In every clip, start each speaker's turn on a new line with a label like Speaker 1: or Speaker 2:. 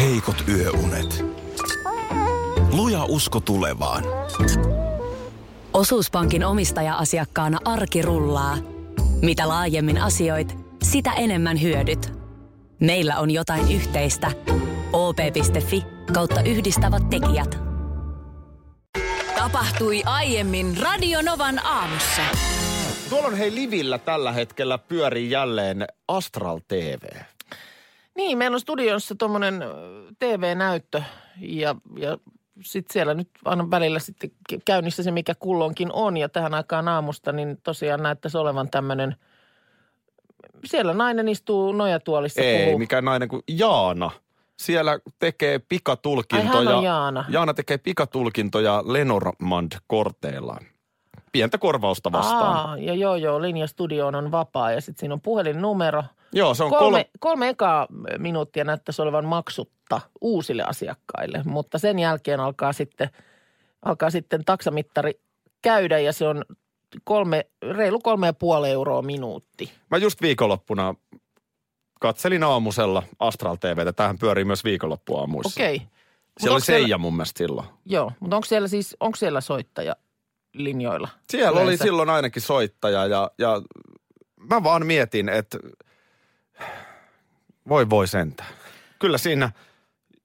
Speaker 1: heikot yöunet. Luja usko tulevaan.
Speaker 2: Osuuspankin omistaja-asiakkaana arki rullaa. Mitä laajemmin asioit, sitä enemmän hyödyt. Meillä on jotain yhteistä. op.fi kautta yhdistävät tekijät.
Speaker 3: Tapahtui aiemmin Radionovan aamussa.
Speaker 4: Tuolla on hei Livillä tällä hetkellä pyörii jälleen Astral TV.
Speaker 5: Niin, meillä on studiossa tuommoinen TV-näyttö ja, ja sitten siellä nyt aina välillä sitten käynnissä se, mikä kulloinkin on. Ja tähän aikaan aamusta niin tosiaan näyttäisi olevan tämmöinen, siellä nainen istuu nojatuolissa.
Speaker 4: Ei
Speaker 5: puhuu.
Speaker 4: mikään nainen kuin Jaana. Siellä tekee pikatulkintoja.
Speaker 5: Ai, hän on Jaana.
Speaker 4: Jaana tekee pikatulkintoja Lenormand-korteilla. Pientä korvausta vastaan.
Speaker 5: Aa, ja joo joo, linja studioon on vapaa ja sitten siinä on puhelinnumero.
Speaker 4: Joo, se on
Speaker 5: kolme,
Speaker 4: kolme...
Speaker 5: kolme ekaa minuuttia näyttäisi olevan maksutta uusille asiakkaille, mutta sen jälkeen alkaa sitten, alkaa sitten taksamittari käydä ja se on kolme, reilu kolme ja puoli euroa minuutti.
Speaker 4: Mä just viikonloppuna katselin aamusella Astral TVtä. Tähän pyörii myös viikonloppuaamuissa.
Speaker 5: Okei. Okay.
Speaker 4: Siellä oli Seija mun mielestä silloin.
Speaker 5: Joo, mutta onko siellä siis, onko siellä soittaja linjoilla?
Speaker 4: Siellä oli
Speaker 5: yleensä?
Speaker 4: silloin ainakin soittaja ja, ja mä vaan mietin, että voi voi sentään. Kyllä siinä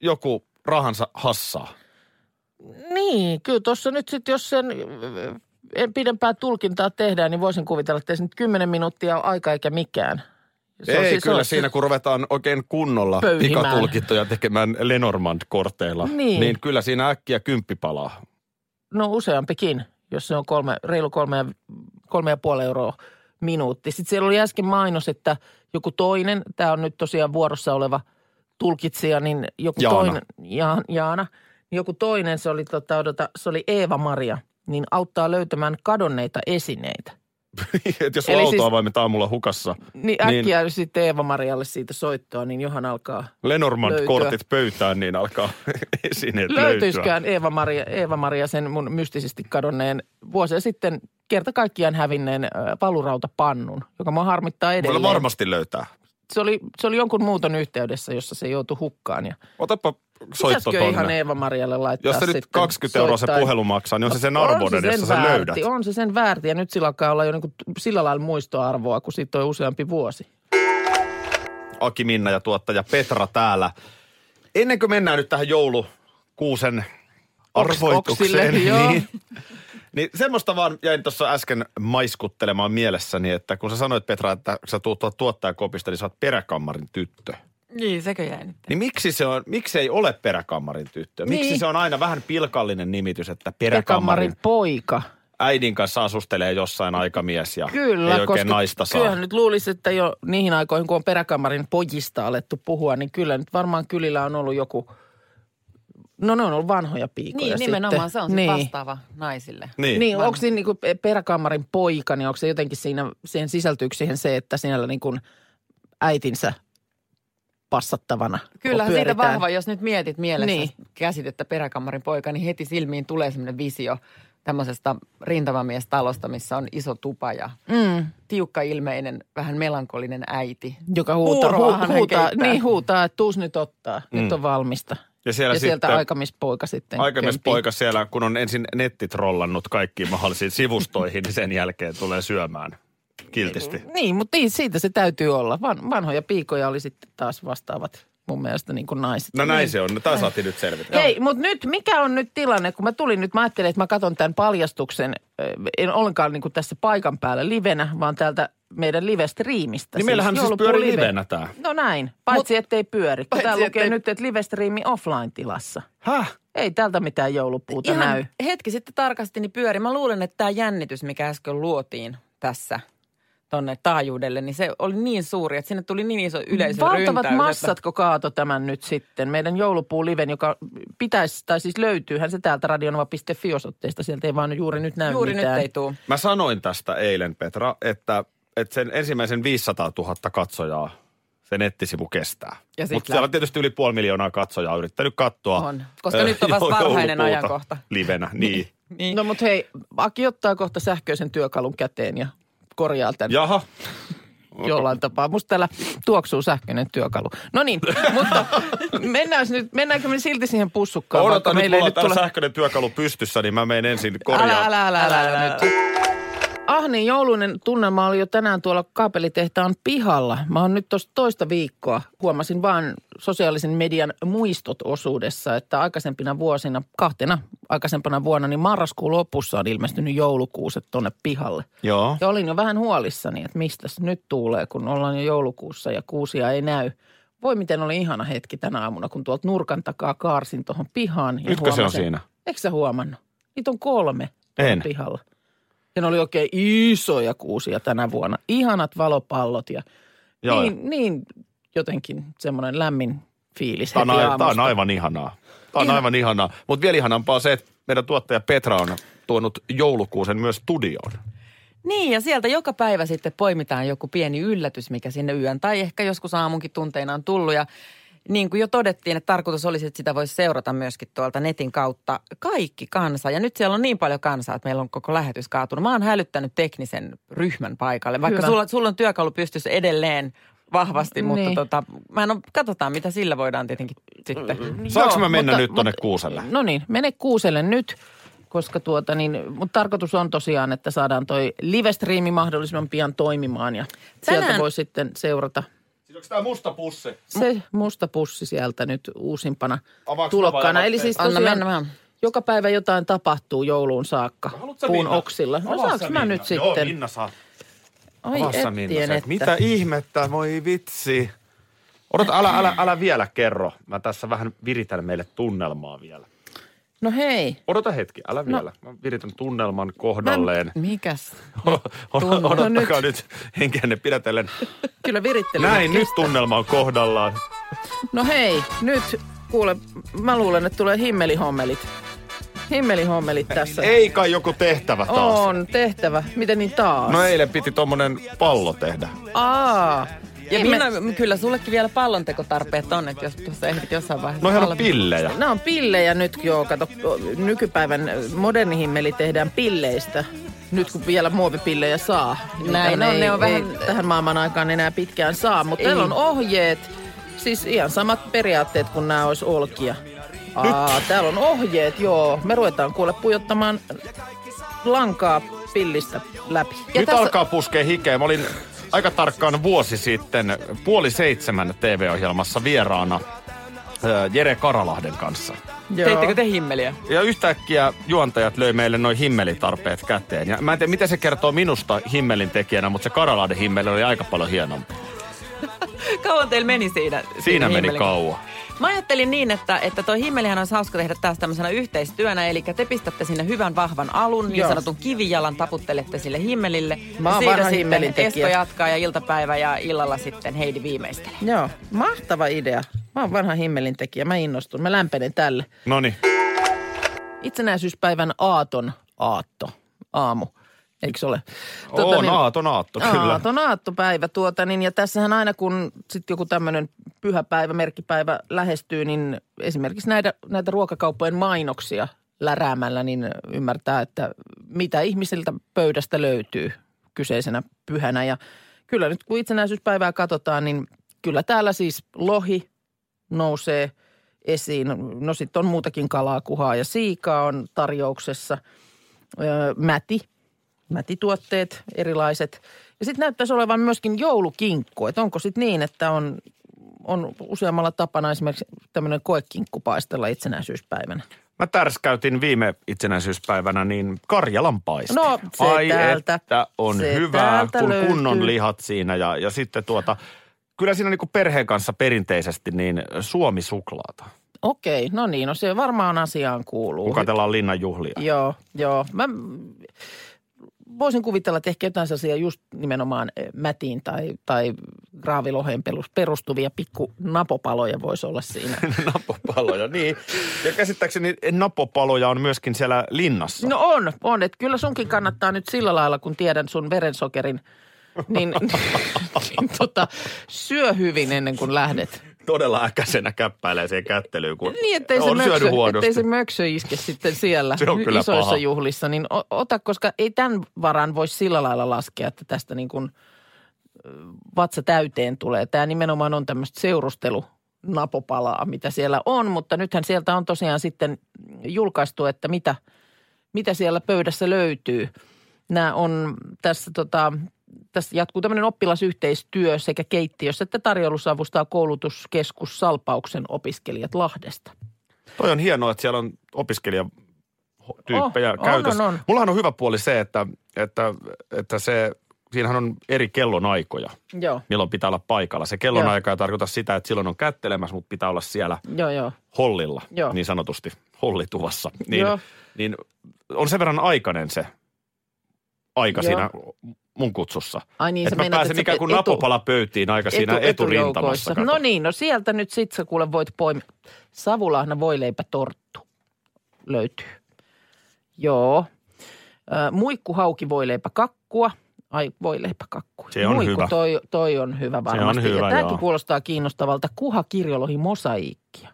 Speaker 4: joku rahansa hassaa.
Speaker 5: Niin, kyllä tuossa nyt sitten, jos sen öö, en pidempää tulkintaa tehdään, niin voisin kuvitella, että ei se nyt 10 minuuttia ole aika eikä mikään. on
Speaker 4: Ei
Speaker 5: siis-
Speaker 4: kyllä
Speaker 5: on
Speaker 4: siinä, kun ruvetaan oikein kunnolla
Speaker 5: Pöyhimään.
Speaker 4: pikatulkintoja tekemään Lenormand-korteilla,
Speaker 5: Niin.
Speaker 4: niin kyllä siinä äkkiä kymppi palaa.
Speaker 5: No useampikin, jos se on kolme, reilu kolme ja, kolme ja puoli euroa minuutti. Sitten siellä oli äsken mainos, että joku toinen, tämä on nyt tosiaan vuorossa oleva tulkitsija, niin joku
Speaker 4: Jaana.
Speaker 5: toinen, ja, Jaana, niin joku toinen, se oli, tota, odota, se oli Eeva-Maria, niin auttaa löytämään kadonneita esineitä.
Speaker 4: Et jos
Speaker 5: Eli
Speaker 4: Eli autoa
Speaker 5: siis-
Speaker 4: siis... vaimet aamulla hukassa,
Speaker 5: Niin
Speaker 4: Niin.
Speaker 5: äkkiä niin. sitten Eeva-Marialle siitä soittoa, niin Johan alkaa.
Speaker 4: Lenormand-kortit
Speaker 5: Löytyä.
Speaker 4: pöytään, niin alkaa esineet löytyä.
Speaker 5: Löytyisikään Eeva-Maria, Eeva-Maria sen mun mystisesti kadonneen vuosia sitten kerta kaikkiaan hävinneen ö, valurautapannun, joka mua harmittaa
Speaker 4: Voi
Speaker 5: edelleen.
Speaker 4: varmasti löytää.
Speaker 5: Se, oli, se oli jonkun muuton yhteydessä, jossa se joutui hukkaan. Ja
Speaker 4: Otapa soitto
Speaker 5: Pitäisikö
Speaker 4: tonne.
Speaker 5: ihan Eeva-Marialle laittaa
Speaker 4: Jos se nyt
Speaker 5: sitten
Speaker 4: 20 euroa se
Speaker 5: soittain? No,
Speaker 4: puhelu maksaa, niin on se sen
Speaker 5: On
Speaker 4: arvoinen,
Speaker 5: se
Speaker 4: jos
Speaker 5: sen
Speaker 4: sä sen
Speaker 5: väärti,
Speaker 4: löydät.
Speaker 5: On se sen väärti ja nyt sillä alkaa olla jo niin kuin sillä lailla muistoarvoa, kun siitä on useampi vuosi.
Speaker 4: Aki Minna ja tuottaja Petra täällä. Ennen kuin mennään nyt tähän joulukuusen arvoitukseen,
Speaker 5: oksille, joo.
Speaker 4: niin, niin semmoista vaan jäin tuossa äsken maiskuttelemaan mielessäni, että kun sä sanoit Petra, että sä tuut tuolta tuottajakopista, niin sä oot peräkammarin tyttö.
Speaker 6: Niin, sekö jäi nyt?
Speaker 4: Niin miksi se on, miksi ei ole peräkammarin tyttö? Miksi
Speaker 5: Niin.
Speaker 4: se on aina vähän pilkallinen nimitys, että
Speaker 5: Pekammarin
Speaker 4: peräkammarin
Speaker 5: poika.
Speaker 4: äidin kanssa asustelee jossain aikamies ja
Speaker 5: Kyllä,
Speaker 4: ei
Speaker 5: koska
Speaker 4: oikein naista saa.
Speaker 5: kyllähän nyt luulisi, että jo niihin aikoihin, kun on peräkamarin pojista alettu puhua, niin kyllä nyt varmaan kylillä on ollut joku, no ne on ollut vanhoja piikoja
Speaker 6: Niin,
Speaker 5: sitten.
Speaker 6: nimenomaan se on niin.
Speaker 5: niin.
Speaker 6: vastaava naisille.
Speaker 4: Niin.
Speaker 5: Niin,
Speaker 6: Varmaan.
Speaker 5: onko siinä niinku peräkammarin poika, niin onko se jotenkin siinä, siihen sisältyykö siihen se, että sinällä niin kuin äitinsä passattavana
Speaker 6: Kyllähän siitä
Speaker 5: pyöritään?
Speaker 6: vahva, jos nyt mietit mielessä
Speaker 5: Niin.
Speaker 6: niin. käsitettä peräkammarin poika, niin heti silmiin tulee semmoinen visio tämmöisestä rintamamiestalosta, missä on iso tupa ja
Speaker 5: Mm,
Speaker 6: tiukka ilmeinen, vähän melankolinen äiti.
Speaker 5: joka huutaa,
Speaker 6: Puuroahan
Speaker 5: hu,
Speaker 6: hän
Speaker 5: huutaa,
Speaker 6: keittää.
Speaker 5: niin huutaa, että tuus nyt ottaa, mm. nyt
Speaker 4: Mm.
Speaker 5: on valmista.
Speaker 4: Ja
Speaker 5: Ja,
Speaker 4: siellä
Speaker 5: ja
Speaker 4: sitten,
Speaker 5: sieltä aikamispoika sitten.
Speaker 4: Aikamiespoika siellä, kun on ensin nettitrollannut kaikkiin mahdollisiin sivustoihin, niin sen jälkeen tulee syömään kiltisti.
Speaker 5: kömpii. Niin, mutta niin, siitä se täytyy olla. Van, vanhoja piikoja oli sitten taas vastaavat mun mielestä niin kuin naiset. Niin.
Speaker 4: No näin se on. No, Tämä saatiin nyt selvitä.
Speaker 5: Hei, mutta nyt mikä on nyt tilanne, kun mä tulin nyt, mä ajattelin, että mä katson tämän paljastuksen, ö, en ollenkaan niin kuin tässä paikan päällä livenä, vaan täältä meidän live-striimistä.
Speaker 4: Niin meillähän siis
Speaker 5: joulukuun
Speaker 4: pyörii
Speaker 5: live.
Speaker 4: livenä tää.
Speaker 5: No näin, paitsi Mut, ettei pyöri. Paitsi
Speaker 6: paitsi
Speaker 5: Tää lukee ettei...
Speaker 6: ettei-
Speaker 5: nyt, että live-striimi offline-tilassa.
Speaker 4: Häh?
Speaker 5: Ei täältä mitään joulupuuta Ihan... näy.
Speaker 6: hetki sitten tarkastin, niin pyöri. Mä luulen, että tämä jännitys, mikä äsken luotiin tässä tonne taajuudelle, niin se oli niin suuri, että sinne tuli niin iso yleisö
Speaker 5: Valtavat massatko kaato tämän nyt sitten? Meidän joulupuuliven, joka pitäisi, tai siis löytyyhän se täältä radionova.fi-osoitteesta. Sieltä ei vaan juuri nyt näy
Speaker 6: Juuri
Speaker 5: mitään.
Speaker 6: nyt ei tule.
Speaker 4: Mä sanoin tästä eilen, Petra, että, että sen ensimmäisen 500 000 katsojaa se nettisivu kestää.
Speaker 6: Ja sit
Speaker 4: Mutta siellä on
Speaker 6: lähtee.
Speaker 4: tietysti yli puoli miljoonaa katsojaa yrittänyt katsoa.
Speaker 6: On, koska
Speaker 4: ö,
Speaker 6: nyt on vasta
Speaker 4: joulukuuta
Speaker 6: varhainen ajankohta.
Speaker 4: Livenä, niin.
Speaker 6: Niin.
Speaker 5: No mutta hei, Aki ottaa kohta sähköisen työkalun käteen ja korjaa tämän.
Speaker 4: Jaha,
Speaker 5: jollain tapaa. Musta täällä tuoksuu sähköinen työkalu. No niin, mutta mennään nyt, mennäänkö me silti siihen pussukkaan? vaikka
Speaker 4: Odotan nyt,
Speaker 5: meillä
Speaker 4: mulla
Speaker 5: ei
Speaker 4: on täällä sähköinen työkalu pystyssä, niin mä menen ensin korjaan.
Speaker 5: Älä, älä, älä, älä, älä, nyt. Ah niin, joulunen tunnelma oli jo tänään tuolla kaapelitehtaan pihalla. Mä oon nyt tuosta toista viikkoa. Huomasin vaan sosiaalisen median muistot-osuudessa, että aikaisempina vuosina, kahtena aikaisempana vuonna, niin marraskuun lopussa on ilmestynyt joulukuuset tonne pihalle.
Speaker 4: Joo.
Speaker 5: Ja olin jo vähän huolissani, että mistä nyt tuulee, kun ollaan jo joulukuussa ja kuusia ei näy. Voi miten oli ihana hetki tänä aamuna, kun tuolta nurkan takaa kaarsin tuohon pihaan. Ja
Speaker 4: Nytkö se on
Speaker 5: huomasin- Niin,
Speaker 4: siinä?
Speaker 5: Eikö sä huomannut? Niitä on kolme
Speaker 4: En.
Speaker 5: en. pihalla. Ja ne oli oikein isoja kuusia tänä vuonna. Ihanat valopallot ja
Speaker 4: Joo, joo.
Speaker 5: niin, niin jotenkin semmoinen lämmin fiilis
Speaker 4: Tämä on,
Speaker 5: heti
Speaker 4: aivan, tämä on
Speaker 5: aamusta.
Speaker 4: aivan ihanaa. Tämä on aivan ihanaa. Mutta vielä ihanampaa on se, että meidän tuottaja Petra on tuonut joulukuusen myös studioon.
Speaker 6: Niin, ja sieltä joka päivä sitten poimitaan joku pieni yllätys, mikä sinne yön tai ehkä joskus aamunkin tunteina on tullut. Ja niin kuin jo todettiin, että tarkoitus olisi, että sitä voisi seurata myöskin tuolta netin kautta kaikki kansa. Ja nyt siellä on niin paljon kansaa, että meillä on koko lähetys kaatunut. Mä oon hälyttänyt teknisen ryhmän paikalle, vaikka
Speaker 5: Hyvä.
Speaker 6: sulla, sulla on työkalu pystyssä edelleen vahvasti, mutta
Speaker 5: Niin.
Speaker 6: tota, mä en ole, katsotaan mitä sillä voidaan tietenkin sitten.
Speaker 4: Saanko
Speaker 5: Joo,
Speaker 4: mä mennä
Speaker 5: mutta-
Speaker 4: nyt tuonne
Speaker 5: mutta-
Speaker 4: kuuselle?
Speaker 5: No niin, mene kuuselle nyt, koska tuota niin, mutta tarkoitus on tosiaan, että saadaan toi live-striimi mahdollisimman pian toimimaan ja Tänään.
Speaker 6: Tänään-
Speaker 5: sieltä voi sitten seurata
Speaker 4: Siis onko tämä musta pussi?
Speaker 5: se musta pussi sieltä nyt uusimpana
Speaker 4: Avaaks mä
Speaker 5: tulokkaana.
Speaker 4: vai
Speaker 5: Eli
Speaker 4: avaat
Speaker 5: siis
Speaker 6: teet? Anna
Speaker 5: tosiaan,
Speaker 6: mennä vaan.
Speaker 5: joka päivä jotain tapahtuu jouluun saakka
Speaker 4: No, Haluatko
Speaker 5: puun
Speaker 4: Minna?
Speaker 5: oksilla. No
Speaker 4: Avaa sä,
Speaker 5: saanko mä
Speaker 4: Minna?
Speaker 5: nyt sitten?
Speaker 4: Joo, Minna saa.
Speaker 5: Ai
Speaker 4: Avaa sä, Minna,
Speaker 5: ettien,
Speaker 4: sen.
Speaker 5: että.
Speaker 4: Mitä ihmettä, voi vitsi. Odota, älä, älä, älä vielä kerro. Mä tässä vähän viritän meille tunnelmaa vielä.
Speaker 5: No hei,
Speaker 4: Odota hetki,
Speaker 5: No.
Speaker 4: älä vielä. Mä viritän tunnelman kohdalleen.
Speaker 6: Mikäs?
Speaker 4: Odottakaa
Speaker 5: No nyt.
Speaker 4: nyt, nyt henkeänne pidätellen.
Speaker 5: kyllä virittely.
Speaker 4: Näin, nyt tunnelma on kohdallaan.
Speaker 5: No hei, nyt kuule, mä luulen, että tulee himmelihommelit. Himmelihommelit tässä.
Speaker 4: Ei kai joku tehtävä taas.
Speaker 5: On tehtävä. Miten niin taas?
Speaker 4: No eilen piti tommonen pallo tehdä.
Speaker 5: Aa.
Speaker 6: Ja
Speaker 5: Niin,
Speaker 6: Minna, kyllä sullekin vielä pallontekotarpeet on, että jos tuossa ehdit jossain vaiheessa.
Speaker 4: No ihan on
Speaker 6: pallon-
Speaker 4: pillejä.
Speaker 5: Nämä on pillejä nyt, joo, kato, nykypäivän moderni himmeli tehdään pilleistä. Nyt kun vielä muovipillejä saa.
Speaker 6: Näin
Speaker 5: Niitä
Speaker 6: on, ne on
Speaker 5: ei
Speaker 6: vähän-
Speaker 5: tähän maailman aikaan enää pitkään saa, mutta
Speaker 6: Ei.
Speaker 5: teillä on ohjeet. Siis ihan samat periaatteet kuin nämä olisi olkia. Aa, täällä on ohjeet, joo. Me ruvetaan kuule pujottamaan lankaa pillistä läpi.
Speaker 4: Nyt alkaa puskea hikeä. Mä olin aika tarkkaan vuosi sitten puoli seitsemän TV-ohjelmassa vieraana ö, Jere Karalahden kanssa.
Speaker 5: Joo.
Speaker 6: Teittekö te himmeliä?
Speaker 4: Ja yhtäkkiä juontajat löi meille noin himmelitarpeet käteen. Ja mä en tiedä, mitä se kertoo minusta himmelin tekijänä, mutta se Karalahden himmeli oli aika paljon hienompi.
Speaker 6: Kauan teillä meni siinä?
Speaker 4: Siinä meni
Speaker 6: himmelin-
Speaker 4: kauan.
Speaker 6: Mä ajattelin niin, että, että toi himmelihän olisi hauska tehdä taas tämmöisenä yhteistyönä, eli te pistätte sinne hyvän vahvan alun, niin
Speaker 5: Joo.
Speaker 6: sanotun kivijalan taputtelette sille himmelille.
Speaker 5: Mä oon
Speaker 6: ja
Speaker 5: vanha
Speaker 6: siitä
Speaker 5: himmelin
Speaker 6: sitten
Speaker 5: tekijä.
Speaker 6: Esko jatkaa ja iltapäivä ja illalla sitten Heidi viimeistelee.
Speaker 5: Joo, mahtava idea. Mä oon vanha himmelin tekijä, mä innostun, mä lämpenen tälle.
Speaker 4: Noniin.
Speaker 5: Itsenäisyyspäivän aaton aatto, aamu, eikö ole? Tota
Speaker 4: Tuota, on niin, aaton aatto, kyllä.
Speaker 5: Aaton aattopäivä tuota, niin, ja tässähän aina kun sitten joku tämmöinen pyhäpäivä, merkkipäivä lähestyy, niin esimerkiksi näitä, näitä ruokakauppojen mainoksia läräämällä, niin ymmärtää, että mitä ihmisiltä pöydästä löytyy kyseisenä pyhänä. Ja kyllä nyt kun itsenäisyyspäivää katsotaan, niin kyllä täällä siis lohi nousee esiin. No sitten on muutakin kalaa, kuhaa ja siikaa on tarjouksessa. Öö, mäti mätituotteet erilaiset. Ja sitten näyttäisi olevan myöskin joulukinkku. Että onko sitten niin, että on, on useammalla tapana esimerkiksi tämmöinen koekinkku paistella itsenäisyyspäivänä?
Speaker 4: Mä tärskäytin viime itsenäisyyspäivänä niin Karjalan paistia.
Speaker 5: No, se
Speaker 4: Ai
Speaker 5: täältä.
Speaker 4: että on
Speaker 5: Se
Speaker 4: hyvää,
Speaker 5: täältä
Speaker 4: kun
Speaker 5: löytyy.
Speaker 4: kunnon lihat siinä ja, ja sitten tuota, kyllä siinä niinku perheen kanssa perinteisesti niin suomisuklaata.
Speaker 5: Okei, no niin, no se varmaan asiaan kuuluu.
Speaker 4: Kukatellaan linnan juhlia.
Speaker 5: Joo, joo. Mä mm, voisin kuvitella, että ehkä jotain sellaisia just nimenomaan eh, mätiin tai, tai graaviloheen perus- perustuvia pikku napopaloja voisi olla siinä.
Speaker 4: napopaloja, niin. Ja käsittääkseni napopaloja on myöskin siellä linnassa.
Speaker 5: No on, on. Että kyllä sunkin kannattaa nyt sillä lailla, kun tiedän sun verensokerin, niin, niin tota, syö hyvin ennen kuin lähdet.
Speaker 4: Todella äkäisenä käppäilee siihen kättelyyn, kun
Speaker 5: Niin, ettei se,
Speaker 4: No, on syönyt
Speaker 5: möksö,
Speaker 4: huonosti.
Speaker 5: ettei se möksö iske sitten siellä
Speaker 4: Se on kyllä
Speaker 5: isoissa
Speaker 4: paha.
Speaker 5: juhlissa. Niin o- ota, koska ei tämän varan voi sillä lailla laskea, että tästä niin kuin vatsa täyteen tulee. Tämä nimenomaan on tämmöistä seurustelu napopalaa, mitä siellä on, mutta nythän sieltä on tosiaan sitten julkaistu, että mitä, mitä siellä pöydässä löytyy. Nämä on tässä, tota, tässä jatkuu tämmöinen oppilasyhteistyö sekä keittiössä että tarjoulussa avustaa koulutuskeskus Salpauksen opiskelijat Lahdesta.
Speaker 4: Toi on hienoa, että siellä on opiskelijatyyppejä oh, käytössä.
Speaker 5: on, on, on.
Speaker 4: Mullahan on hyvä puoli se, että, että, että se, siinähän on eri kellonaikoja,
Speaker 5: Joo,
Speaker 4: milloin pitää olla paikalla. Se kellonaika ei tarkoita sitä, että silloin on kättelemässä, mutta pitää olla siellä
Speaker 5: joo, joo.
Speaker 4: hollilla,
Speaker 5: Joo.
Speaker 4: niin sanotusti, hollituvassa. Niin,
Speaker 5: Joo.
Speaker 4: niin on sen verran aikainen se aika
Speaker 5: Joo.
Speaker 4: siinä mun kutsussa.
Speaker 5: Ai niin, sä
Speaker 4: että mä
Speaker 5: meinaat,
Speaker 4: pääsen
Speaker 5: sä
Speaker 4: ikään kuin
Speaker 5: etu-
Speaker 4: napopala pöytiin aika siinä eturintamassa.
Speaker 5: etujoukoissa.
Speaker 4: kato.
Speaker 5: No niin, no sieltä nyt sit sä kuule voit poimia. Savulahna voileipätorttu löytyy. Joo. Ö, Muikkuhauki voileipäkakkua. Ai voileipäkakkua.
Speaker 4: Se on
Speaker 5: Muikku,
Speaker 4: hyvä.
Speaker 5: Toi, toi on hyvä varmasti.
Speaker 4: hyvä,
Speaker 5: ja tämäkin
Speaker 4: joo.
Speaker 5: kuulostaa kiinnostavalta. Kuha kirjolohi mosaiikkia.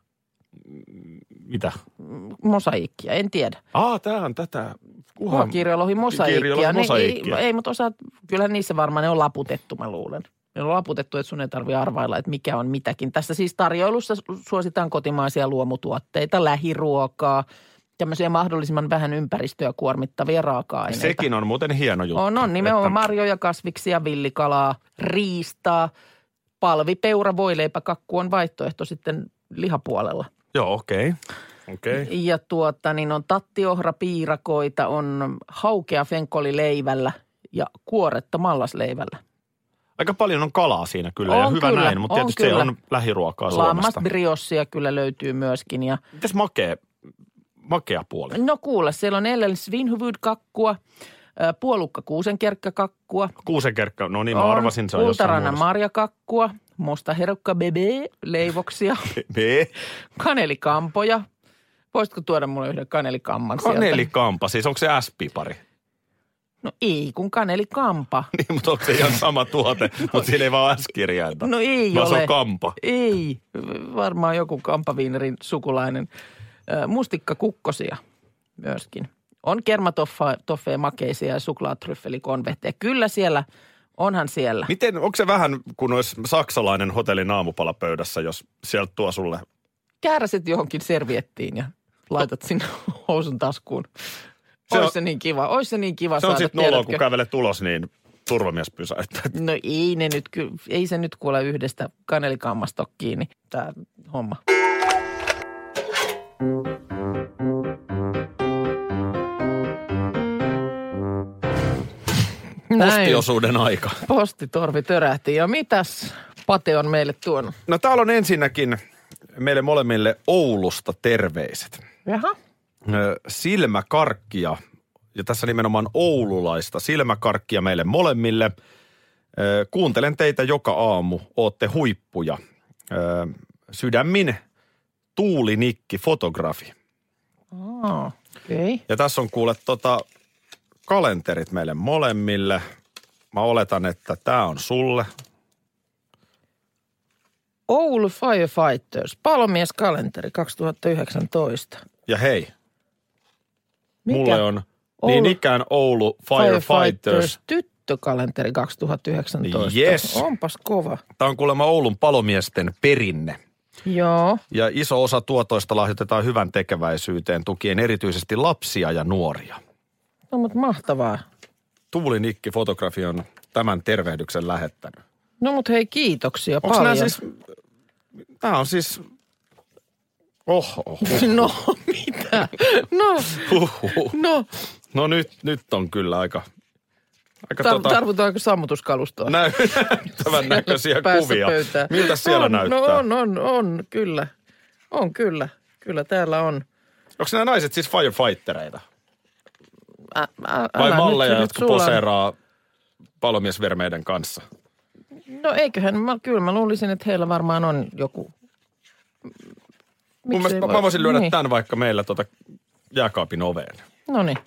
Speaker 4: Mitä?
Speaker 5: Mm, Mosaiikkia, en tiedä.
Speaker 4: Aa, tää on tätä.
Speaker 5: Kuha kirjolohi mosaiikkia.
Speaker 4: kirjolohi
Speaker 5: Ne-
Speaker 4: mosaiikkia.
Speaker 5: Ei, ei mutta osaat, kyllähän niissä varmaan ne on laputettu, mä luulen. Ne on laputettu, että sun ei tarvitse arvailla, että mikä on mitäkin. Tässä siis tarjoilussa su- suositaan kotimaisia luomutuotteita, lähiruokaa, tämmöisiä mahdollisimman vähän ympäristöä kuormittavia raaka-aineita.
Speaker 4: Niin Sekin on muuten hieno juttu.
Speaker 5: niin. On, on nimenomaan
Speaker 4: että-
Speaker 5: marjoja, kasviksia, villikalaa, riistaa, palvipeura, voileipäkakku on vaihtoehto sitten lihapuolella.
Speaker 4: Joo, okei. Okei.
Speaker 5: Ja tuota, niin on tattiohrapiirakoita, on haukea fenkolileivällä ja kuoretta mallasleivällä.
Speaker 4: Aika paljon on kalaa siinä kyllä ja
Speaker 5: On
Speaker 4: hyvä
Speaker 5: kyllä,
Speaker 4: näin, mutta
Speaker 5: on
Speaker 4: tietysti se
Speaker 5: kyllä.
Speaker 4: on lähiruokaa Suomesta.
Speaker 5: Lammasbriossia kyllä löytyy myöskin. Ja,
Speaker 4: Mitäs makea, makea puoli?
Speaker 5: no kuule, siellä on Ellen Svinhuvud-kakkua, ö, puolukka kuusenkerkkakakkua,
Speaker 4: Kuusenkerkkä, no niin mä
Speaker 5: on
Speaker 4: arvasin, se on
Speaker 5: kultarannan
Speaker 4: jossain
Speaker 5: marjakakkua, musta herukka bebe leivoksia,
Speaker 4: muodossa.
Speaker 5: kanelikampoja. Voisitko tuoda mulle yhden kanelikamman sieltä?
Speaker 4: Kanelikampa, siis onko se S-pipari?
Speaker 5: No ei, kun kanelikampa.
Speaker 4: Niin, mutta onko se ihan sama tuote, mutta siinä ei vaan S-kirjainta.
Speaker 5: No ei
Speaker 4: Vaan Niin. se
Speaker 5: ole.
Speaker 4: on kampa.
Speaker 5: Ei, varmaan joku kampaviinerin sukulainen. Ö, Mustikkakukkosia myöskin. On kermatoffee makeisia ja suklaatryffelikonvehteja. Kyllä siellä, onhan siellä.
Speaker 4: Miten, onko se vähän kuin olisi saksalainen hotellin aamupalapöydässä, jos sieltä tuo sulle?
Speaker 5: Kääräset johonkin serviettiin ja laitat sinne housun taskuun.
Speaker 4: Se on-
Speaker 5: Ois se niin kiva, ois se niin kiva
Speaker 4: Se on
Speaker 5: saada,
Speaker 4: sitten noloa, kun
Speaker 5: tiedätkö?
Speaker 4: kävelet ulos, niin turvamies pysäyttää.
Speaker 5: No ei, ne nyt, ky- ei se nyt kuule yhdestä kanelikammasta ole kiinni, tämä homma. Näin,
Speaker 4: Postiosuuden aika.
Speaker 5: postitorvi törähti. Ja mitäs Pate on meille tuonut?
Speaker 4: No täällä on ensinnäkin meille molemmille Oulusta terveiset.
Speaker 5: Jaha.
Speaker 4: Ö, silmäkarkkia, ja tässä nimenomaan oululaista silmäkarkkia meille molemmille. Ö, Kuuntelen teitä joka aamu, ootte huippuja. Ö, Sydämin tuulinikki, fotografi.
Speaker 5: Okei. Okay.
Speaker 4: Ja tässä on kuule tota, kalenterit meille molemmille. Mä oletan, että tämä on sulle.
Speaker 5: Oulu Firefighters, palomieskalenteri 2019.
Speaker 4: Ja hei,
Speaker 5: Mikä?
Speaker 4: mulle on
Speaker 5: Oulu-
Speaker 4: niin ikään Oulu Firefighters.
Speaker 5: Tyttökalenteri 2019.
Speaker 4: Yes.
Speaker 5: Onpas kova.
Speaker 4: Tämä on kuulemma Oulun palomiesten perinne.
Speaker 5: Joo.
Speaker 4: Ja iso osa tuotoista lahjoitetaan hyvän tekeväisyyteen tukien erityisesti lapsia ja nuoria.
Speaker 5: No mutta mahtavaa.
Speaker 4: Tuuli Nikki Fotografi on tämän tervehdyksen lähettänyt.
Speaker 5: No mutta hei, kiitoksia
Speaker 4: Onko nämä
Speaker 5: paljon.
Speaker 4: siis, tämä on siis, Oh, oho, oho.
Speaker 5: No mitä? No,
Speaker 4: Huhhuh.
Speaker 5: no.
Speaker 4: no nyt, nyt on kyllä aika, aika
Speaker 5: Tar-
Speaker 4: tota,
Speaker 5: tarvitaanko sammutuskalustoa?
Speaker 4: nä- näyttävän näköisiä
Speaker 5: Päässä
Speaker 4: kuvia.
Speaker 5: pöytään.
Speaker 4: Miltä siellä
Speaker 5: on,
Speaker 4: näyttää?
Speaker 5: No on, on, on, kyllä. On kyllä. Kyllä täällä on.
Speaker 4: Onko nämä naiset siis firefightereita?
Speaker 5: Ä, ä,
Speaker 4: Vai
Speaker 5: älä
Speaker 4: malleja,
Speaker 5: nyt,
Speaker 4: jotka
Speaker 5: nyt sulla-
Speaker 4: poseeraa palomiesvermeiden kanssa?
Speaker 5: No eiköhän, mä, kyllä mä luulisin, että heillä varmaan on joku.
Speaker 4: Mun
Speaker 5: Miksei
Speaker 4: mielestä mä-
Speaker 5: voi-
Speaker 4: mä voisin lyödä
Speaker 5: niin.
Speaker 4: tämän vaikka meillä tuota jääkaapin oveen.
Speaker 5: No niin.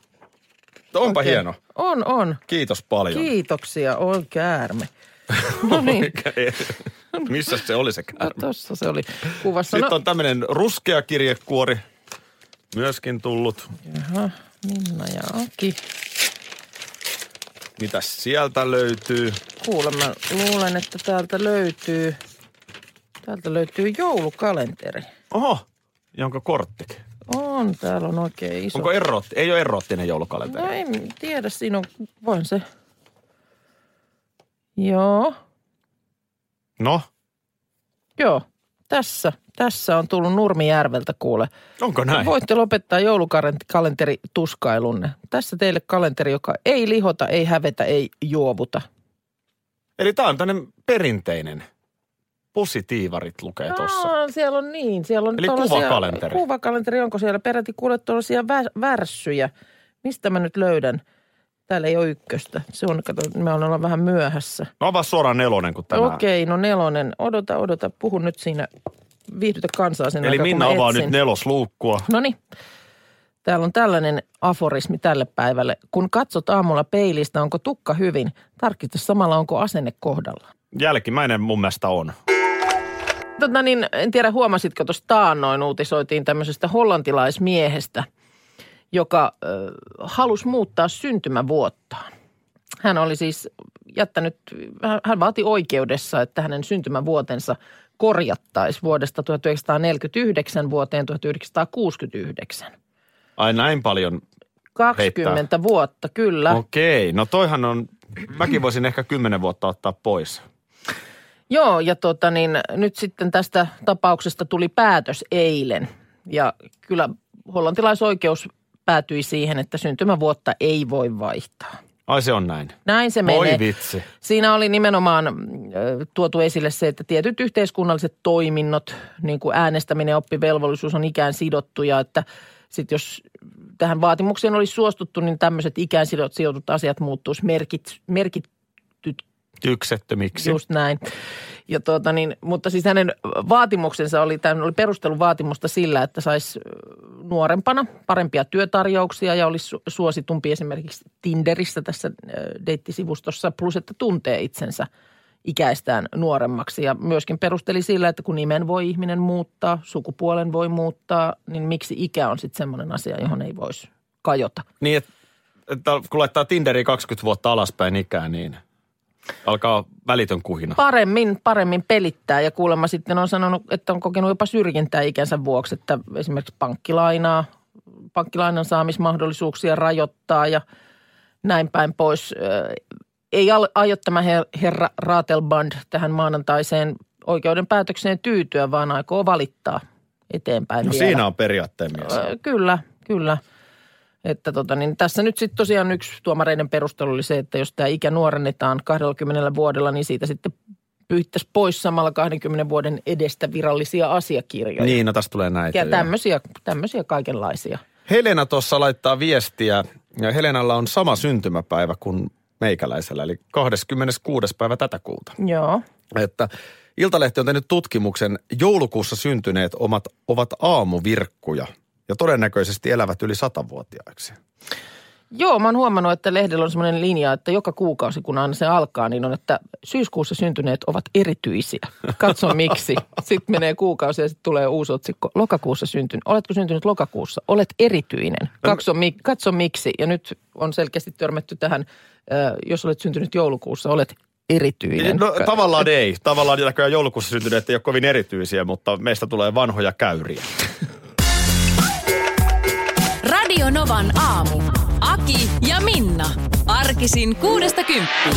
Speaker 4: Onpa hieno.
Speaker 5: On, on.
Speaker 4: Kiitos paljon.
Speaker 5: Kiitoksia, oi käärme. No niin,
Speaker 4: Missä se oli se
Speaker 5: no,
Speaker 4: käärme?
Speaker 5: tossa se oli kuvassa.
Speaker 4: Sitten
Speaker 5: No,
Speaker 4: on tämmöinen ruskea kirjekuori myöskin tullut.
Speaker 5: No Jaha, Minna ja Aki.
Speaker 4: Mitä sieltä löytyy?
Speaker 5: Kuulemma luulen, että täältä löytyy, täältä löytyy joulukalenteri.
Speaker 4: Oho, jonka kortti.
Speaker 5: On, täällä on oikein iso.
Speaker 4: Onko erotti? Ei ole erottinen
Speaker 5: No
Speaker 4: joulukalenteri.
Speaker 5: en tiedä, siinä on, voin se. Joo,
Speaker 4: No,
Speaker 5: joo. Tässä, tässä on tullut Nurmijärveltä kuule.
Speaker 4: onko näin?
Speaker 5: Voitte lopettaa joulukalenteri tuskailunne. Tässä teille kalenteri, joka ei lihota, ei hävetä, ei juovuta.
Speaker 4: Eli tämä on tämmöinen perinteinen. Pusitiivarit lukee tuossa.
Speaker 5: Aa, siellä on niin. Siellä on
Speaker 4: Eli
Speaker 5: tuollaisia-
Speaker 4: kuvakalenteri.
Speaker 5: Kuvakalenteri, onko siellä peräti kuule tuollaisia vä- värssyjä? Mistä mä nyt löydän? Täällä ei ole ykköstä. Se on, kato, me ollaan vähän myöhässä.
Speaker 4: No avaa suoraan nelonen, kun tämä...
Speaker 5: Okei, no nelonen. Odota, odota. Puhun nyt siinä. Viihdytä kansaa sen
Speaker 4: Eli
Speaker 5: aikaa, kun
Speaker 4: Minna
Speaker 5: no mä
Speaker 4: avaa
Speaker 5: etsin.
Speaker 4: nyt nelosluukkua.
Speaker 5: No niin. Täällä on tällainen aforismi tälle päivälle. Kun katsot aamulla peilistä, onko tukka hyvin, tarkista samalla, onko asenne kohdalla.
Speaker 4: Jälkimmäinen mun mielestä on.
Speaker 5: Tota niin, en tiedä huomasitko tuossa taannoin uutisoitiin tämmöisestä hollantilaismiehestä, joka ö, halusi muuttaa syntymävuottaan. Hän oli siis jättänyt, hän- hän vaati oikeudessa, että hänen syntymävuotensa korjattaisi vuodesta 1949 vuoteen 1969.
Speaker 4: Ai näin paljon.
Speaker 5: 20
Speaker 4: Heittää.
Speaker 5: vuotta, kyllä.
Speaker 4: Okei, no toihan on... Mäkin voisin ehkä kymmenen vuotta ottaa pois.
Speaker 5: Joo, ja tota niin, nyt sitten tästä tapauksesta tuli päätös eilen. Ja kyllä hollantilaisoikeus päätyi siihen, että syntymävuotta ei voi vaihtaa.
Speaker 4: Ai se on näin.
Speaker 5: Näin se
Speaker 4: Voi
Speaker 5: menee.
Speaker 4: vitsi.
Speaker 5: Siinä oli nimenomaan mm, ö, tuotu esille se, että tietyt yhteiskunnalliset toiminnot, niin kuin äänestäminen ja oppivelvollisuus on ikään sidottuja, että sitten jos tähän vaatimukseen olisi suostuttu, niin tämmöiset ikään sidot- sidotut asiat muuttuisi merkit, merkityt
Speaker 4: Tyksettömiksi.
Speaker 5: Just näin. Ja tuota niin, mutta siis hänen vaatimuksensa oli, tämä oli perustelun vaatimusta sillä, että saisi nuorempana parempia työtarjouksia ja olisi su- suositumpi esimerkiksi Tinderissä tässä ö, deittisivustossa, plus että tuntee itsensä ikäistään nuoremmaksi. Ja myöskin perusteli sillä, että kun nimen voi ihminen muuttaa, sukupuolen voi muuttaa, niin miksi ikä on sitten semmoinen asia, johon ei voisi kajota.
Speaker 4: Niin, että, että kun laittaa Tinderiin 20 vuotta alaspäin ikää, niin alkaa välitön kuhina.
Speaker 5: paremmin, paremmin pelittää ja kuulemma sitten on sanonut, että on kokenut jopa syrjintää ikänsä vuoksi, että esimerkiksi pankkilainaa, pankkilainan saamismahdollisuuksia rajoittaa ja näin päin pois. Ö, Ei al- aio tämä her- herra Raatelband tähän maanantaiseen oikeuden päätökseen tyytyä, vaan aikoo valittaa eteenpäin
Speaker 4: No
Speaker 5: vielä.
Speaker 4: siinä on periaatteen mies.
Speaker 5: Ö, Äh, Kyllä, kyllä. Että tota, niin tässä nyt sitten tosiaan yksi tuomareiden perustelu oli se, että jos tämä ikä nuorennetaan 20 vuodella, niin siitä sitten pyyttäisiin pois samalla 20 vuoden edestä virallisia asiakirjoja.
Speaker 4: Niin, no tästä tulee näitä.
Speaker 5: ja
Speaker 4: joo.
Speaker 5: tämmöisiä, tämmöisiä kaikenlaisia.
Speaker 4: Helena tuossa laittaa viestiä. Ja Helenalla on sama syntymäpäivä kuin meikäläisellä, eli 26. päivä tätä kuuta.
Speaker 5: Joo.
Speaker 4: Että Iltalehti on tehnyt tutkimuksen, joulukuussa syntyneet omat, ovat aamuvirkkuja ja todennäköisesti elävät yli satavuotiaiksi.
Speaker 5: Joo, mä oon huomannut, että lehdellä on semmoinen linja, että joka kuukausi, kun aina se alkaa, niin on, että syyskuussa syntyneet ovat erityisiä. Katso miksi. Sitten menee kuukausi ja sitten tulee uusi otsikko. Lokakuussa syntynyt. Oletko syntynyt lokakuussa? Olet erityinen. Katso, mi- katso miksi. Ja nyt on selkeästi törmätty tähän, ö, jos olet syntynyt joulukuussa, olet erityinen.
Speaker 4: No
Speaker 5: Ka-
Speaker 4: tavallaan ei. Tavallaan näköjään joulukuussa syntyneet ei ole kovin erityisiä, mutta meistä tulee vanhoja käyriä.
Speaker 3: Radio Novan aamu. Aki ja Minna. Arkisin kuudesta kymppiin.